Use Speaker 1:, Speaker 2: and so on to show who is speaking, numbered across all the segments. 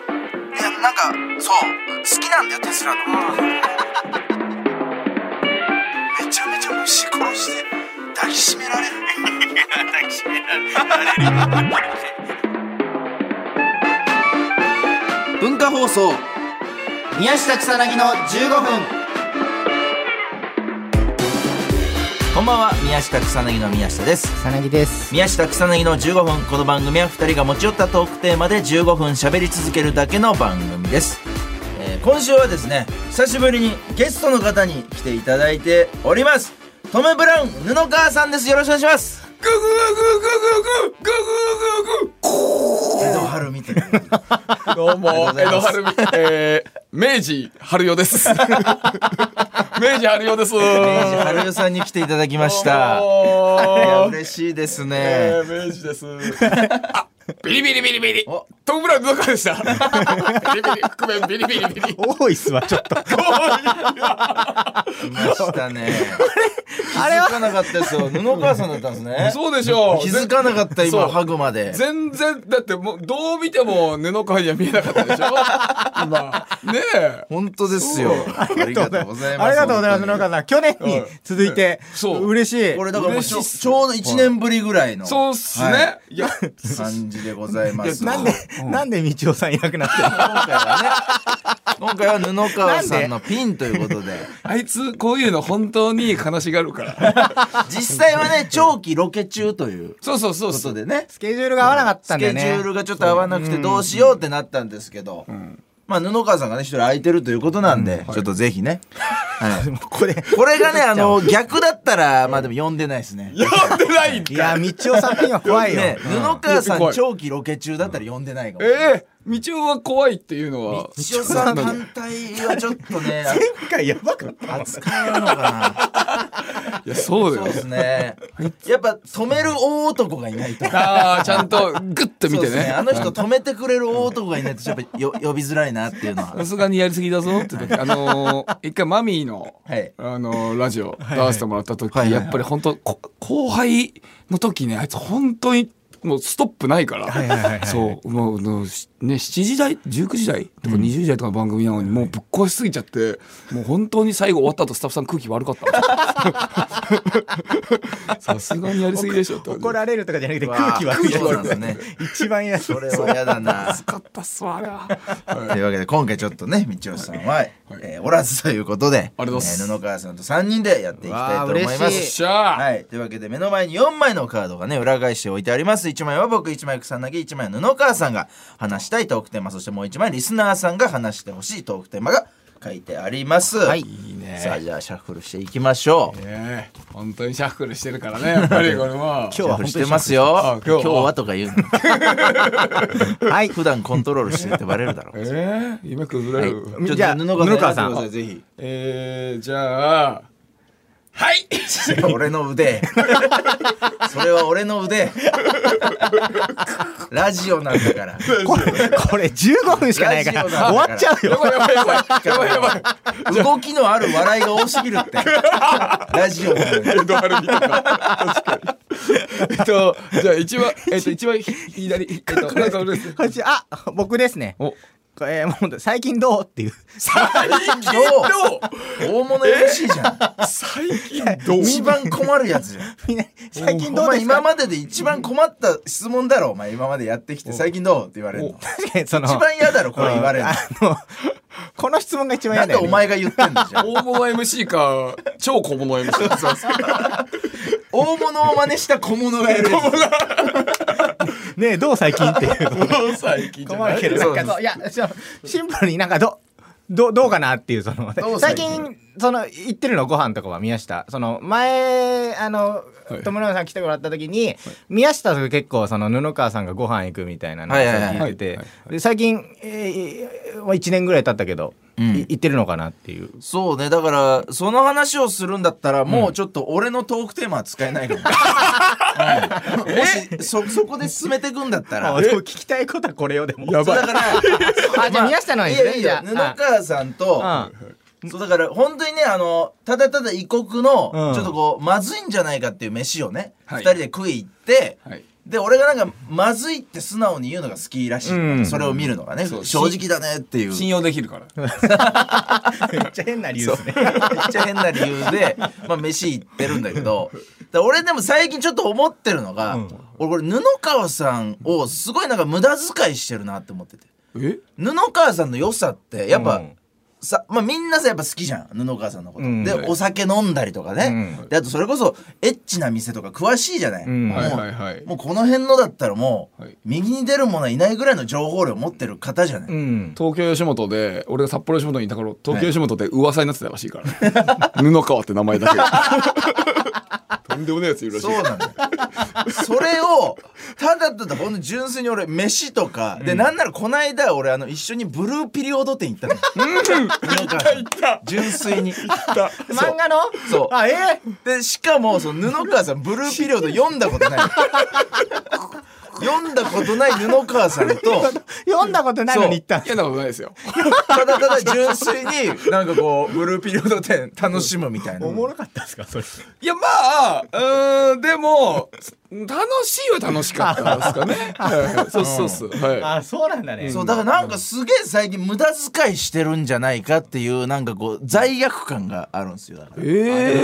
Speaker 1: なんかそう好きなんだよテスラのことめちゃめちゃ虫殺して抱きしめられる
Speaker 2: 抱きしめられられるよ
Speaker 1: 文化放送
Speaker 3: 宮下草薙の15分
Speaker 2: こんばんは宮下草薙の宮下です
Speaker 3: 草薙です
Speaker 2: 宮下草薙の15分この番組は2人が持ち寄ったトークテーマで15分喋り続けるだけの番組です、えー今週はですね久しぶりにゲストの方に来ていただいておりますトム・ブラウン布川さんですよろしくお願いしますグググググググググ江戸春みたいな
Speaker 4: どうも、
Speaker 2: あり
Speaker 4: 江
Speaker 2: がとうご
Speaker 4: 戸
Speaker 2: ざ
Speaker 4: 春美、えー、明治春代 です。明治春代です。明
Speaker 2: 明治春代さんに来ていただきましたいや嬉しいです
Speaker 4: え
Speaker 2: ね
Speaker 4: ー、明治です。あ、ビリビリビリビリ。トムブラウンの中でした。ビリビリ、覆面ビリビリビリ。
Speaker 3: 多いっすわちょっと
Speaker 2: いましたね気づかなかったですよ布川さんだったんですね
Speaker 4: そうでしょう。
Speaker 2: 気づかなかった
Speaker 4: そ
Speaker 2: 今
Speaker 4: う
Speaker 2: ハグまで
Speaker 4: 全然、だってもう、どう見ても布川には見えなかったでしょ今。ねえ。
Speaker 2: 本当ですよありがとうございます
Speaker 3: ありがとうございます野川さん去年に
Speaker 4: うん
Speaker 3: 続いて
Speaker 4: そう
Speaker 3: 嬉しい
Speaker 2: これだからもう
Speaker 4: 嬉しいっす
Speaker 2: ちょうど1年ぶりぐらいの
Speaker 4: そうっすね。、
Speaker 2: はい
Speaker 4: や、
Speaker 2: 感じでございます
Speaker 3: なんでなんで道夫さんいなくなってるの
Speaker 2: 今回はね今回は布川さんのピンということで
Speaker 4: あいつ、こういうの本当に悲しがるから。
Speaker 2: 実際はね長期ロケ中という
Speaker 4: そうそうそう
Speaker 2: こ
Speaker 4: そ
Speaker 2: と
Speaker 4: う。
Speaker 2: でね
Speaker 3: スケジュールが合わなかった
Speaker 2: ス
Speaker 3: んだ
Speaker 2: ケ
Speaker 3: よ
Speaker 2: ジ
Speaker 3: ね
Speaker 2: ュールがちょっと合わなくてどうしようってなったんですけど、まあ布川さんがね一人空いてるということなんで、ちょっとぜひ ね、はい、
Speaker 3: もうこれ
Speaker 2: これがねあの逆だったらまあでも呼んでないですね
Speaker 4: やってないんか
Speaker 3: いや道夫さんピンは怖いよ、
Speaker 2: ね、布川さ
Speaker 4: うん
Speaker 2: ん長期ロケ中だったら呼んでないかも。
Speaker 4: ええ道夫は怖いっていうのは。
Speaker 2: 一応さん単体はちょっとね、
Speaker 3: 前回やばかった
Speaker 2: 扱えるのか
Speaker 4: いや、そ う
Speaker 2: な。そ
Speaker 4: だ
Speaker 2: うで。
Speaker 4: よ
Speaker 2: すね。やっぱ止める大男がいないと。
Speaker 4: ああ、ちゃんとグッと見
Speaker 2: そう
Speaker 4: て
Speaker 2: ですね。
Speaker 4: ね
Speaker 2: あ。の人止めてくれる大男がいないと、やっぱよ呼びづらいなっていうのは
Speaker 4: さ。すがにやりすぎだぞって時、あのー、一回マミーの、
Speaker 2: はい
Speaker 4: あのーラジオ出わせてもらった時、
Speaker 2: はいはい
Speaker 4: やっぱり本当こ後輩の時ね、あいつ本当に、もうストップないから、
Speaker 3: いはいはいはい
Speaker 4: そう、もう、あのしね、7時台、19時台とか20時台とかの番組なのに、もうぶっ壊しすぎちゃって、もう本当に最後終わった後、スタッフさん空気悪 かった。さすがにやりすぎでしょって感じ
Speaker 3: 怒られるとかじゃなくて空気悪いやつ
Speaker 2: そうなんですね。
Speaker 3: 一番嫌
Speaker 2: それは嫌だな。
Speaker 4: かったっすわあれは
Speaker 2: というわけで今回ちょっとね道夫さんは、えーおらずということで
Speaker 4: ありがとうございます
Speaker 2: えー布川さんと3人でやっていきたいと思いま
Speaker 3: わあ
Speaker 2: す
Speaker 3: 嬉しい
Speaker 4: よっしゃー
Speaker 2: はい、というわけで目の前に4枚のカードがね裏返して置いてあります1枚は僕1枚草薙1枚は布川さんが話したいトークテーマそしてもう1枚リスナーさんが話してほしいトークテーマが書いてあります、はい、いいねさあじゃあシャッフルしていきましょう
Speaker 4: ねえ本当にシャッフルしてるからねやっぱりこれは
Speaker 2: シャ
Speaker 3: は
Speaker 2: ッフルしてますよ
Speaker 4: あ
Speaker 2: 今
Speaker 4: 今
Speaker 2: 日
Speaker 4: 日は
Speaker 2: はとか言うの はい普段コントロールしてるってバレるだろう、
Speaker 4: えー、夢崩れる、
Speaker 2: ちょっと
Speaker 3: じゃあ布川さん
Speaker 2: やってくだいぜひ
Speaker 4: えー、じゃあはい
Speaker 2: 俺の腕それは俺の腕ラジオなんだから
Speaker 3: これこれ15分しかないか
Speaker 2: ラ
Speaker 3: ら
Speaker 2: ジオだ
Speaker 3: 終わっちゃう
Speaker 4: や
Speaker 3: よ
Speaker 4: ばいやばいやばいやばいやばい
Speaker 2: 動きのある笑いが多すぎるってラジオなのに
Speaker 4: 江戸春美とか確かにえっとじゃあ一番えっと一番ひ左えっとなんか俺
Speaker 3: こっちあ僕ですね
Speaker 4: お
Speaker 3: これもう最近どうっていう
Speaker 4: 最近
Speaker 2: どう大物 MC じゃん
Speaker 4: 最近どう
Speaker 2: 一番困るやつじゃん
Speaker 3: みんな最近
Speaker 2: お
Speaker 3: どう
Speaker 2: 前
Speaker 3: です
Speaker 2: 今
Speaker 3: か
Speaker 2: までで一番困った質問だろお前今までやってきて最近どうって言われるの
Speaker 3: 確かにその
Speaker 2: 一番嫌だろこれ言われるの
Speaker 3: あのこの質問が一番
Speaker 2: な
Speaker 3: 嫌
Speaker 2: ん
Speaker 3: だ
Speaker 2: で
Speaker 3: よ、
Speaker 2: お
Speaker 3: ね、
Speaker 2: 前が言ってんだじゃん
Speaker 4: 大物 MC か超小物 MC
Speaker 2: 大物を真似した小物がいるやつ
Speaker 3: ねえどう最近っていう
Speaker 4: 最近じゃ
Speaker 3: 困
Speaker 4: な
Speaker 3: る
Speaker 4: い
Speaker 3: けど
Speaker 2: そう
Speaker 3: なんかそういやそうシンプルになんかどどどうかなっていうその
Speaker 2: どう最
Speaker 3: 最
Speaker 2: 近
Speaker 3: 近その行ってるのご飯とかは宮下その前あの
Speaker 4: はい
Speaker 3: 友永さん来てもらった時に、宮下と結構その布川さんがご飯行くみたいなのを
Speaker 2: はいはいはい
Speaker 3: 聞いてて
Speaker 4: はいは
Speaker 3: で最近、えー、1年ぐらい経ったけど、い行ってるのかなっていう
Speaker 2: そうねだからその話をするんだったらもうちょっと俺のトークテーマは使えないかも、 はいもしそそこで進めていくんだったら
Speaker 3: あ でも聞きたいことはこれよでも
Speaker 4: やばい
Speaker 2: だから
Speaker 3: あじゃあ宮下の方に
Speaker 2: い
Speaker 3: です
Speaker 2: や
Speaker 3: ね
Speaker 2: いい
Speaker 3: じ
Speaker 2: よ
Speaker 3: ゃあ
Speaker 2: 布川さんと
Speaker 3: あ
Speaker 2: そうだから本当にねあのただただ異国の
Speaker 3: うん
Speaker 2: ちょっとこうまずいんじゃないかっていう飯をね、
Speaker 4: はい
Speaker 2: 2人で食い行って、
Speaker 4: はい
Speaker 2: で俺がなんかまずいって素直に言うのが好きらしい、
Speaker 3: うん
Speaker 2: それを見るのがね
Speaker 4: そう
Speaker 2: 正直だねっていう
Speaker 4: 信用できるから
Speaker 3: めっちゃ変な理由ですね。
Speaker 2: めっちゃ変な理由 で、まあ、飯行ってるんだけどだから俺でも最近ちょっと思ってるのが、俺これ布川さんをすごいなんか無駄遣いしてるなって思ってて
Speaker 4: え
Speaker 2: 布川さんの良さってやっぱ、
Speaker 3: うん
Speaker 2: さまあ、みんなさやっぱ好きじゃん布川さんのこと、
Speaker 3: うん
Speaker 2: でお酒飲んだりとかね、であとそれこそエッチな店とか詳しいじゃない、
Speaker 3: ん
Speaker 2: もう
Speaker 4: はいはいはい
Speaker 2: もうこの辺のだったらもう、
Speaker 4: はい
Speaker 2: 右に出る者はいないぐらいの情報量持ってる方じゃない、
Speaker 3: うん。
Speaker 4: 東京吉本で俺が札幌吉本にいた頃東京吉本って噂になってたらしい から、布川って名前だけが とんでもないやついるらしい
Speaker 2: そうなんだよそれをただただほんと純粋に俺飯とか、でなんならこの間俺あの一緒にブルーピリオド店行ったのなんか純粋にそう
Speaker 3: 漫画の
Speaker 2: そう
Speaker 3: あ、え
Speaker 2: でしかもその布川さんブルーピリオド読んだことない読んだことない布川さんと
Speaker 3: ー、読んだことないのに言ったん
Speaker 4: いやなことないですよ
Speaker 2: ただただ純粋になんかこうブルーピリオド店楽しむみたいな
Speaker 3: おもろかったですかそれ。
Speaker 4: いやまあうーんでも楽しいは楽しかったですかね、はい、そうそうそう、は
Speaker 3: あ、そうなんだね。
Speaker 2: そうだからなんかすげえ最近無駄遣いしてるんじゃないかっていうなんかこう罪悪感があるんですよだから
Speaker 4: い、え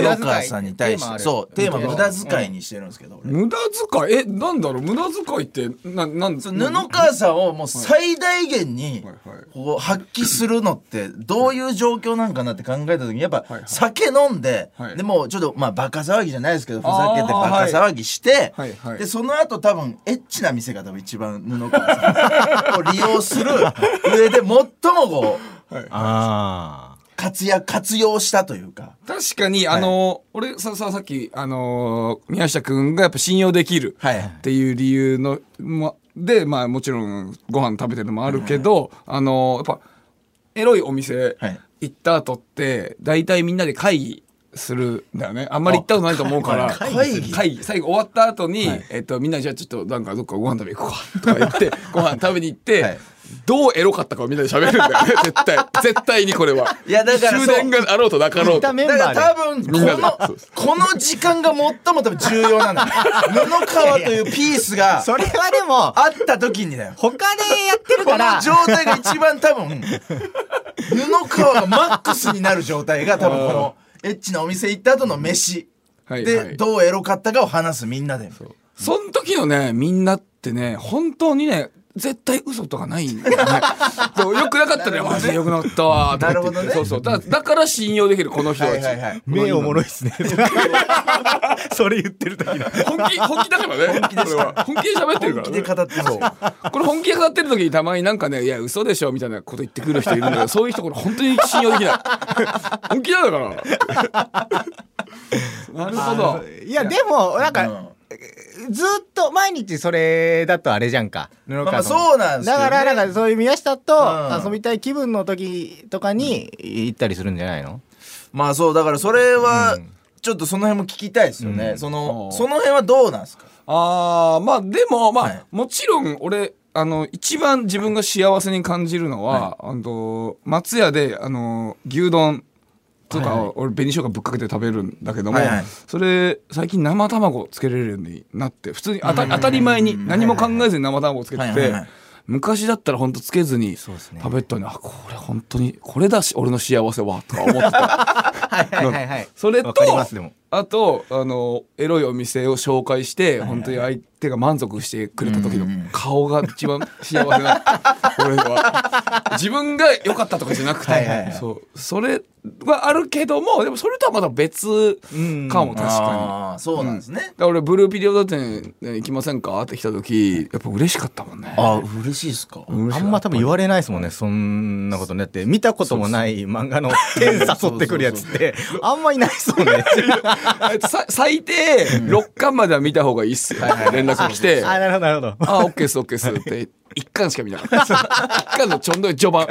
Speaker 4: ー
Speaker 2: 布川さんに対
Speaker 3: 無駄遣い
Speaker 2: して
Speaker 3: ってテーマある
Speaker 2: そうテーマ無駄遣いにしてるんですけど俺
Speaker 4: 無駄遣いえなんだろう無駄遣いってななん
Speaker 2: そう布川さんをもう最大限に
Speaker 4: はいはい
Speaker 2: こう発揮するのってどういう状況なんかなって考えた時にやっぱ
Speaker 4: はいはい
Speaker 2: 酒飲んで
Speaker 4: はい
Speaker 2: でもうちょっとまあバカ騒ぎじゃないですけどふざけてバカ騒ぎして
Speaker 4: はいはいはい
Speaker 2: でその後多分エッチな店が多分一番布川さんを利用する上で最もこう。
Speaker 3: あ
Speaker 2: 活躍活用したというか
Speaker 4: 確かに、あの、俺さ、さ、さっき、あのー宮下くんがやっぱ信用できる
Speaker 2: はい
Speaker 4: っていう理由の、ま、で、まあもちろんご飯食べてるのもあるけど、あのーやっぱ、エロいお店
Speaker 2: はい
Speaker 4: 行った後って、大体みんなで会議するんだよね。あんまり行ったことないと思うから。
Speaker 2: あ会議
Speaker 4: 会議。最後終わった後に、えっと、みんなじゃあちょっとなんかどっかご飯食べに行こうかとか言 って、ご飯食べに行って、
Speaker 2: はい
Speaker 4: どうエロかったかをみんなで喋るんだよね。絶対。絶対にこれは。
Speaker 2: いやだからそう
Speaker 4: 終電があろうとなかろうと。
Speaker 3: メン
Speaker 2: だか
Speaker 3: バ
Speaker 2: ら
Speaker 3: ー
Speaker 2: 多分こ
Speaker 3: で
Speaker 4: みんなでそうそ
Speaker 2: のこの時間が最も多分重要なのよ布川というピース
Speaker 3: あ。
Speaker 2: が
Speaker 3: それはでも、
Speaker 2: あった時にだよ
Speaker 3: 他でやってる
Speaker 2: こ
Speaker 3: か
Speaker 2: の
Speaker 3: ら、
Speaker 2: 状態が一番多分布川がマックスになる状態が多分このエッチなお店行った後の飯
Speaker 4: はいは
Speaker 2: で
Speaker 4: い
Speaker 2: どうエロかったかを話すみんなで
Speaker 4: その時のね、みんなってね、本当にね、絶対嘘とかないん だよね。そうよくなかったね、マジでよくなったわ。とか言って
Speaker 2: なるほどね
Speaker 4: そうそう。だだから信用できる、この人
Speaker 2: は
Speaker 4: た
Speaker 2: い
Speaker 4: ち。
Speaker 2: はいはい
Speaker 3: 目おもろいっすね。 それ言ってる時の。
Speaker 4: 本気、本気だからね。本気では。本気で喋って
Speaker 2: 本
Speaker 4: るから、
Speaker 2: 気
Speaker 4: ね
Speaker 2: で。語ってそう
Speaker 4: これ本気で語ってる時にたまになんかね、いや、嘘でしょみたいなこと言ってくる人いるんだ けど、そういう人、これ本当に信用できない。本気な んだから。なるほど。
Speaker 3: いや、でも、なん
Speaker 2: う
Speaker 3: か
Speaker 2: ん、
Speaker 3: ずっと毎日それだとあれじゃんか。布川
Speaker 2: まあまあ
Speaker 3: さんも
Speaker 2: そうなんですけど
Speaker 3: だ
Speaker 2: ね
Speaker 3: から、なんかそういう宮下と
Speaker 2: うん
Speaker 3: 遊びたい気分の時とかに行ったりするんじゃないの
Speaker 2: まあそうだからそれはちょっとその辺も聞きたいですよねそ
Speaker 4: あ
Speaker 2: の
Speaker 4: ー
Speaker 2: その辺はどうなんですか
Speaker 4: ああまあでもまあ、
Speaker 2: はい
Speaker 4: もちろん俺あの一番自分が幸せに感じるのは、あの松屋であの牛丼とかを俺紅生姜ぶっかけて食べるんだけども、
Speaker 2: はいはい
Speaker 4: それ最近生卵つけれるようになって普通にあた当たり前に何も考えずに生卵つけてて、
Speaker 2: はいはいはい
Speaker 4: 昔だったら本当つけずに
Speaker 3: そうですね
Speaker 4: 食べたのに、あこれ本当にこれだし俺の幸せはとか思ってた。
Speaker 3: はいはいはいはい。
Speaker 4: それ
Speaker 3: わ
Speaker 4: と
Speaker 3: かりますでも
Speaker 4: あとあのエロいお店を紹介して本当に相手が満足してくれた時の顔が一番幸せな俺は自分が良かったとかじゃなくて
Speaker 2: はいはいはい
Speaker 4: そうそれはあるけどもでもそれとはまた別かも確かに。
Speaker 2: あーそうなんですね
Speaker 4: だから俺ブルーピリオド店行きませんかって来た時やっぱ嬉しかったもんね。
Speaker 2: あ嬉しいですか
Speaker 4: 嬉し
Speaker 3: あ
Speaker 4: か
Speaker 3: んま多分言われないですもんね、そんなことねって。見たこともない漫画の天誘ってくるやつって、あんまいないですもんね。
Speaker 4: あいつさ最低6巻までは見た方がいいっすよ連絡来て。
Speaker 3: あ、なるほど、なるほど。
Speaker 4: あ、オッケーです、オッケーですって、一巻しか見なかった。一巻のちょんどい序盤。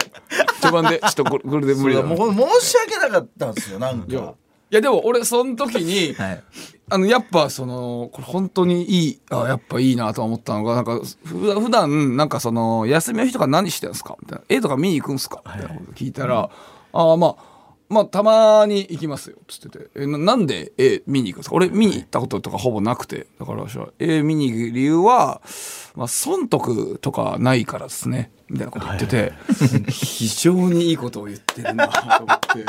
Speaker 4: 序盤で、ちょっとこれこれで無理だな。い
Speaker 2: もう申し訳なかったんですよなんか
Speaker 4: や、でも俺、その時に、
Speaker 2: はい
Speaker 4: あの、やっぱ、その、これ本当にいい、あ、やっぱいいなと思ったのが、なんか、ふ普段、なんかその、休みの日とか何してんすかみたいな。絵とか見に行くんすかみたいなこと聞いたら、あまあ、まあたまに行きますよ」っつってて「えななんで A 見に行くんですか俺見に行ったこととかほぼなくてだから私は A 見に行く理由は、まあ、損得とかないからですね」みたいなこと言ってて、 非常にいいことを言ってるなと思って。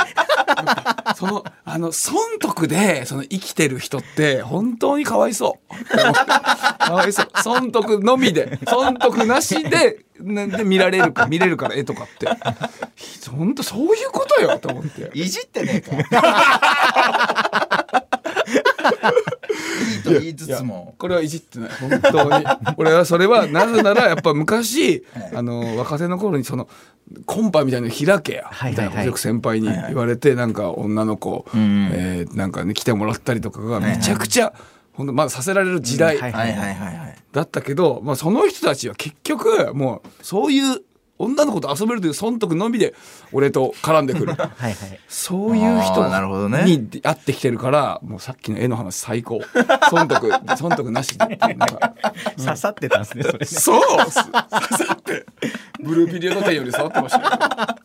Speaker 4: その、あの、損得で、その生きてる人って、本当にかわいそう。 かわいそう。損得のみで、損得なしで、なんで見られるか、見れるから絵とかって。本当そういうことよ、と思って。
Speaker 2: いじってねえかいいと言いつつも
Speaker 4: これはいじってない本当に俺はそれはなぜならやっぱ昔、あの若手の頃にそのコンパみたいなの開けや、
Speaker 3: はいはいはい
Speaker 4: みたいなことよく先輩に言われて、なんか女の子、えーなんかね来てもらったりとかがめちゃくちゃ、ほんとまださせられる時代、
Speaker 3: うんはい
Speaker 2: はいはいはいはい
Speaker 4: だったけど、まあ、その人たちは結局もうそういう女の子と遊べるという損得のみで俺と絡んでくる
Speaker 3: はいはい。
Speaker 4: そういう
Speaker 2: あーなるほど
Speaker 4: 人
Speaker 2: ね
Speaker 4: に出会ってきてるからもうさっきの絵の話最高損得損得なしでっていうのが
Speaker 3: 刺さってたんですね、そ れ。
Speaker 4: そうす刺さってブルーピリオド店より触ってましたよ
Speaker 3: だか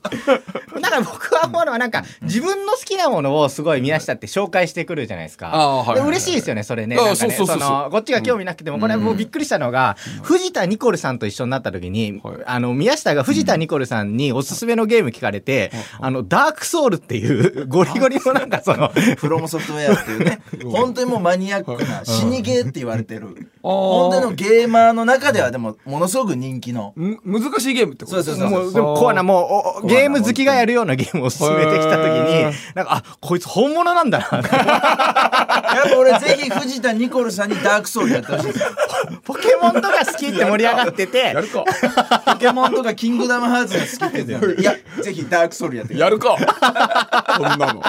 Speaker 3: ら僕は思うのはなんか自分の好きなものをすごい宮下って紹介してくるじゃないですか。
Speaker 4: ああはいはいはい
Speaker 3: で嬉しいですよねそれね。
Speaker 4: ああ
Speaker 3: なんかね
Speaker 4: そうそうそうそう
Speaker 3: のこっちが興味なくてもこれはもうびっくりしたのが、藤田ニコルさんと一緒になった時に、
Speaker 4: はい
Speaker 3: あの宮下が藤田ニコルさんにおすすめのゲーム聞かれて、あのダークソウルっていうゴリゴリのなんかその。
Speaker 2: フロムソフトウェアっていうね本当にもうマニアックな死にゲーって言われてる
Speaker 4: あー
Speaker 2: 本当のゲーマーの中ではでもものすごく人気の
Speaker 4: む難しいゲームってこと
Speaker 2: そうそうそう
Speaker 3: もうでもコアなもうおおゲーム好きがやるようなゲームを勧めてきた時
Speaker 4: へ
Speaker 3: に
Speaker 4: え
Speaker 3: なんかあこいつ本物なんだなって
Speaker 2: やっぱ俺ぜひ藤田ニコルさんにダークソウルやってほしいです
Speaker 3: ポケモンとか好きって盛り上がってて
Speaker 4: やるか
Speaker 2: ポケモンとかキングダムハーツが好きって言ってたんでいやぜひダークソウルやってくだ
Speaker 4: やるかこんなの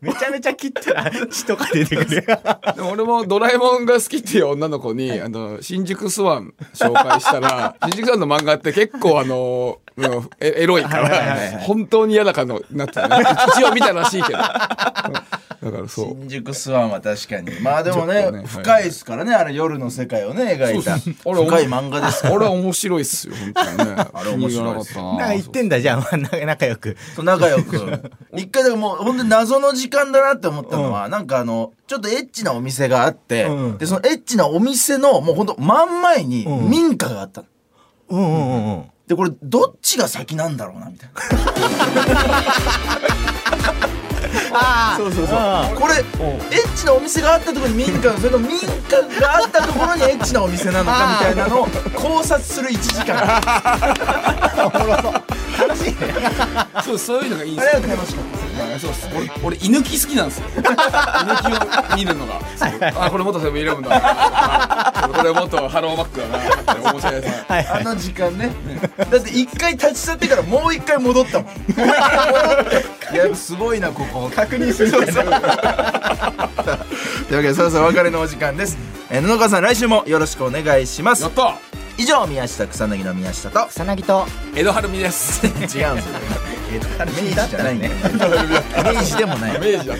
Speaker 3: めちゃめちゃ切ったら血とか出てくる。
Speaker 4: でも俺もドラえもんが好きっていう女の子に、あの、新宿スワン紹介したら、新宿スワンの漫画って結構あの、うんエエロいか
Speaker 2: いはいは
Speaker 4: ら、本当に嫌な感じになってたね。一応見たらしいけど。うんだからそ
Speaker 2: さい。
Speaker 4: う。
Speaker 2: 新宿スワンは確かにまあでもね
Speaker 4: ちょっとね
Speaker 2: 深いですからねあの夜の世界をね描いた
Speaker 4: そ
Speaker 2: 深
Speaker 4: うそうあれ
Speaker 2: い漫画です
Speaker 4: あ
Speaker 2: か
Speaker 4: れ
Speaker 2: ら
Speaker 4: は面白いっすよ、本当にね。あ
Speaker 2: れ面白いっす
Speaker 4: たな
Speaker 3: なんか言ってんだ じゃあ、まあ仲良く。
Speaker 2: そう仲良く一回だからもう本当に謎の時間だなって思ったのは、なんかあのちょっとエッチなお店があって、
Speaker 3: うん
Speaker 2: でそのエッチなお店のもう本当真ん前に
Speaker 3: うん
Speaker 2: 民家があったの
Speaker 3: うんうんうんうん。
Speaker 2: でこれどっちが先なんだろうなみたいな
Speaker 3: ああ、そうそうそう。
Speaker 2: これエッチなお店があったところに民家 がそれと民家があったところにエッチなお店なのかみたいなの を考察する1時間あ
Speaker 3: 楽しいね。
Speaker 4: そう、そういうのがいいっす
Speaker 2: れ
Speaker 4: よ
Speaker 2: は楽しかったですね
Speaker 4: そうっす俺俺犬き好きなんですよ 犬きを見るのがそうあこれ元セブンイレブンだなこれ元ハローマックだなって面白いやつ
Speaker 3: はい
Speaker 2: あの時間ねだって一回立ち去ってからもう一回戻 ったもん戻っていやすごいなここ
Speaker 3: 確認するみたいな。
Speaker 2: というわけでそろそろお別れのお時間です、えー、布川さん来週もよろしくお願いします
Speaker 4: やった
Speaker 2: 以上宮下草薙の宮下と
Speaker 3: 草薙と。
Speaker 4: 江戸晴美です
Speaker 2: 違うんですよ 明治じゃないんだよ明治でもない
Speaker 4: 明治だっ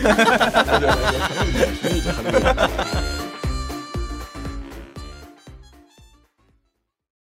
Speaker 4: た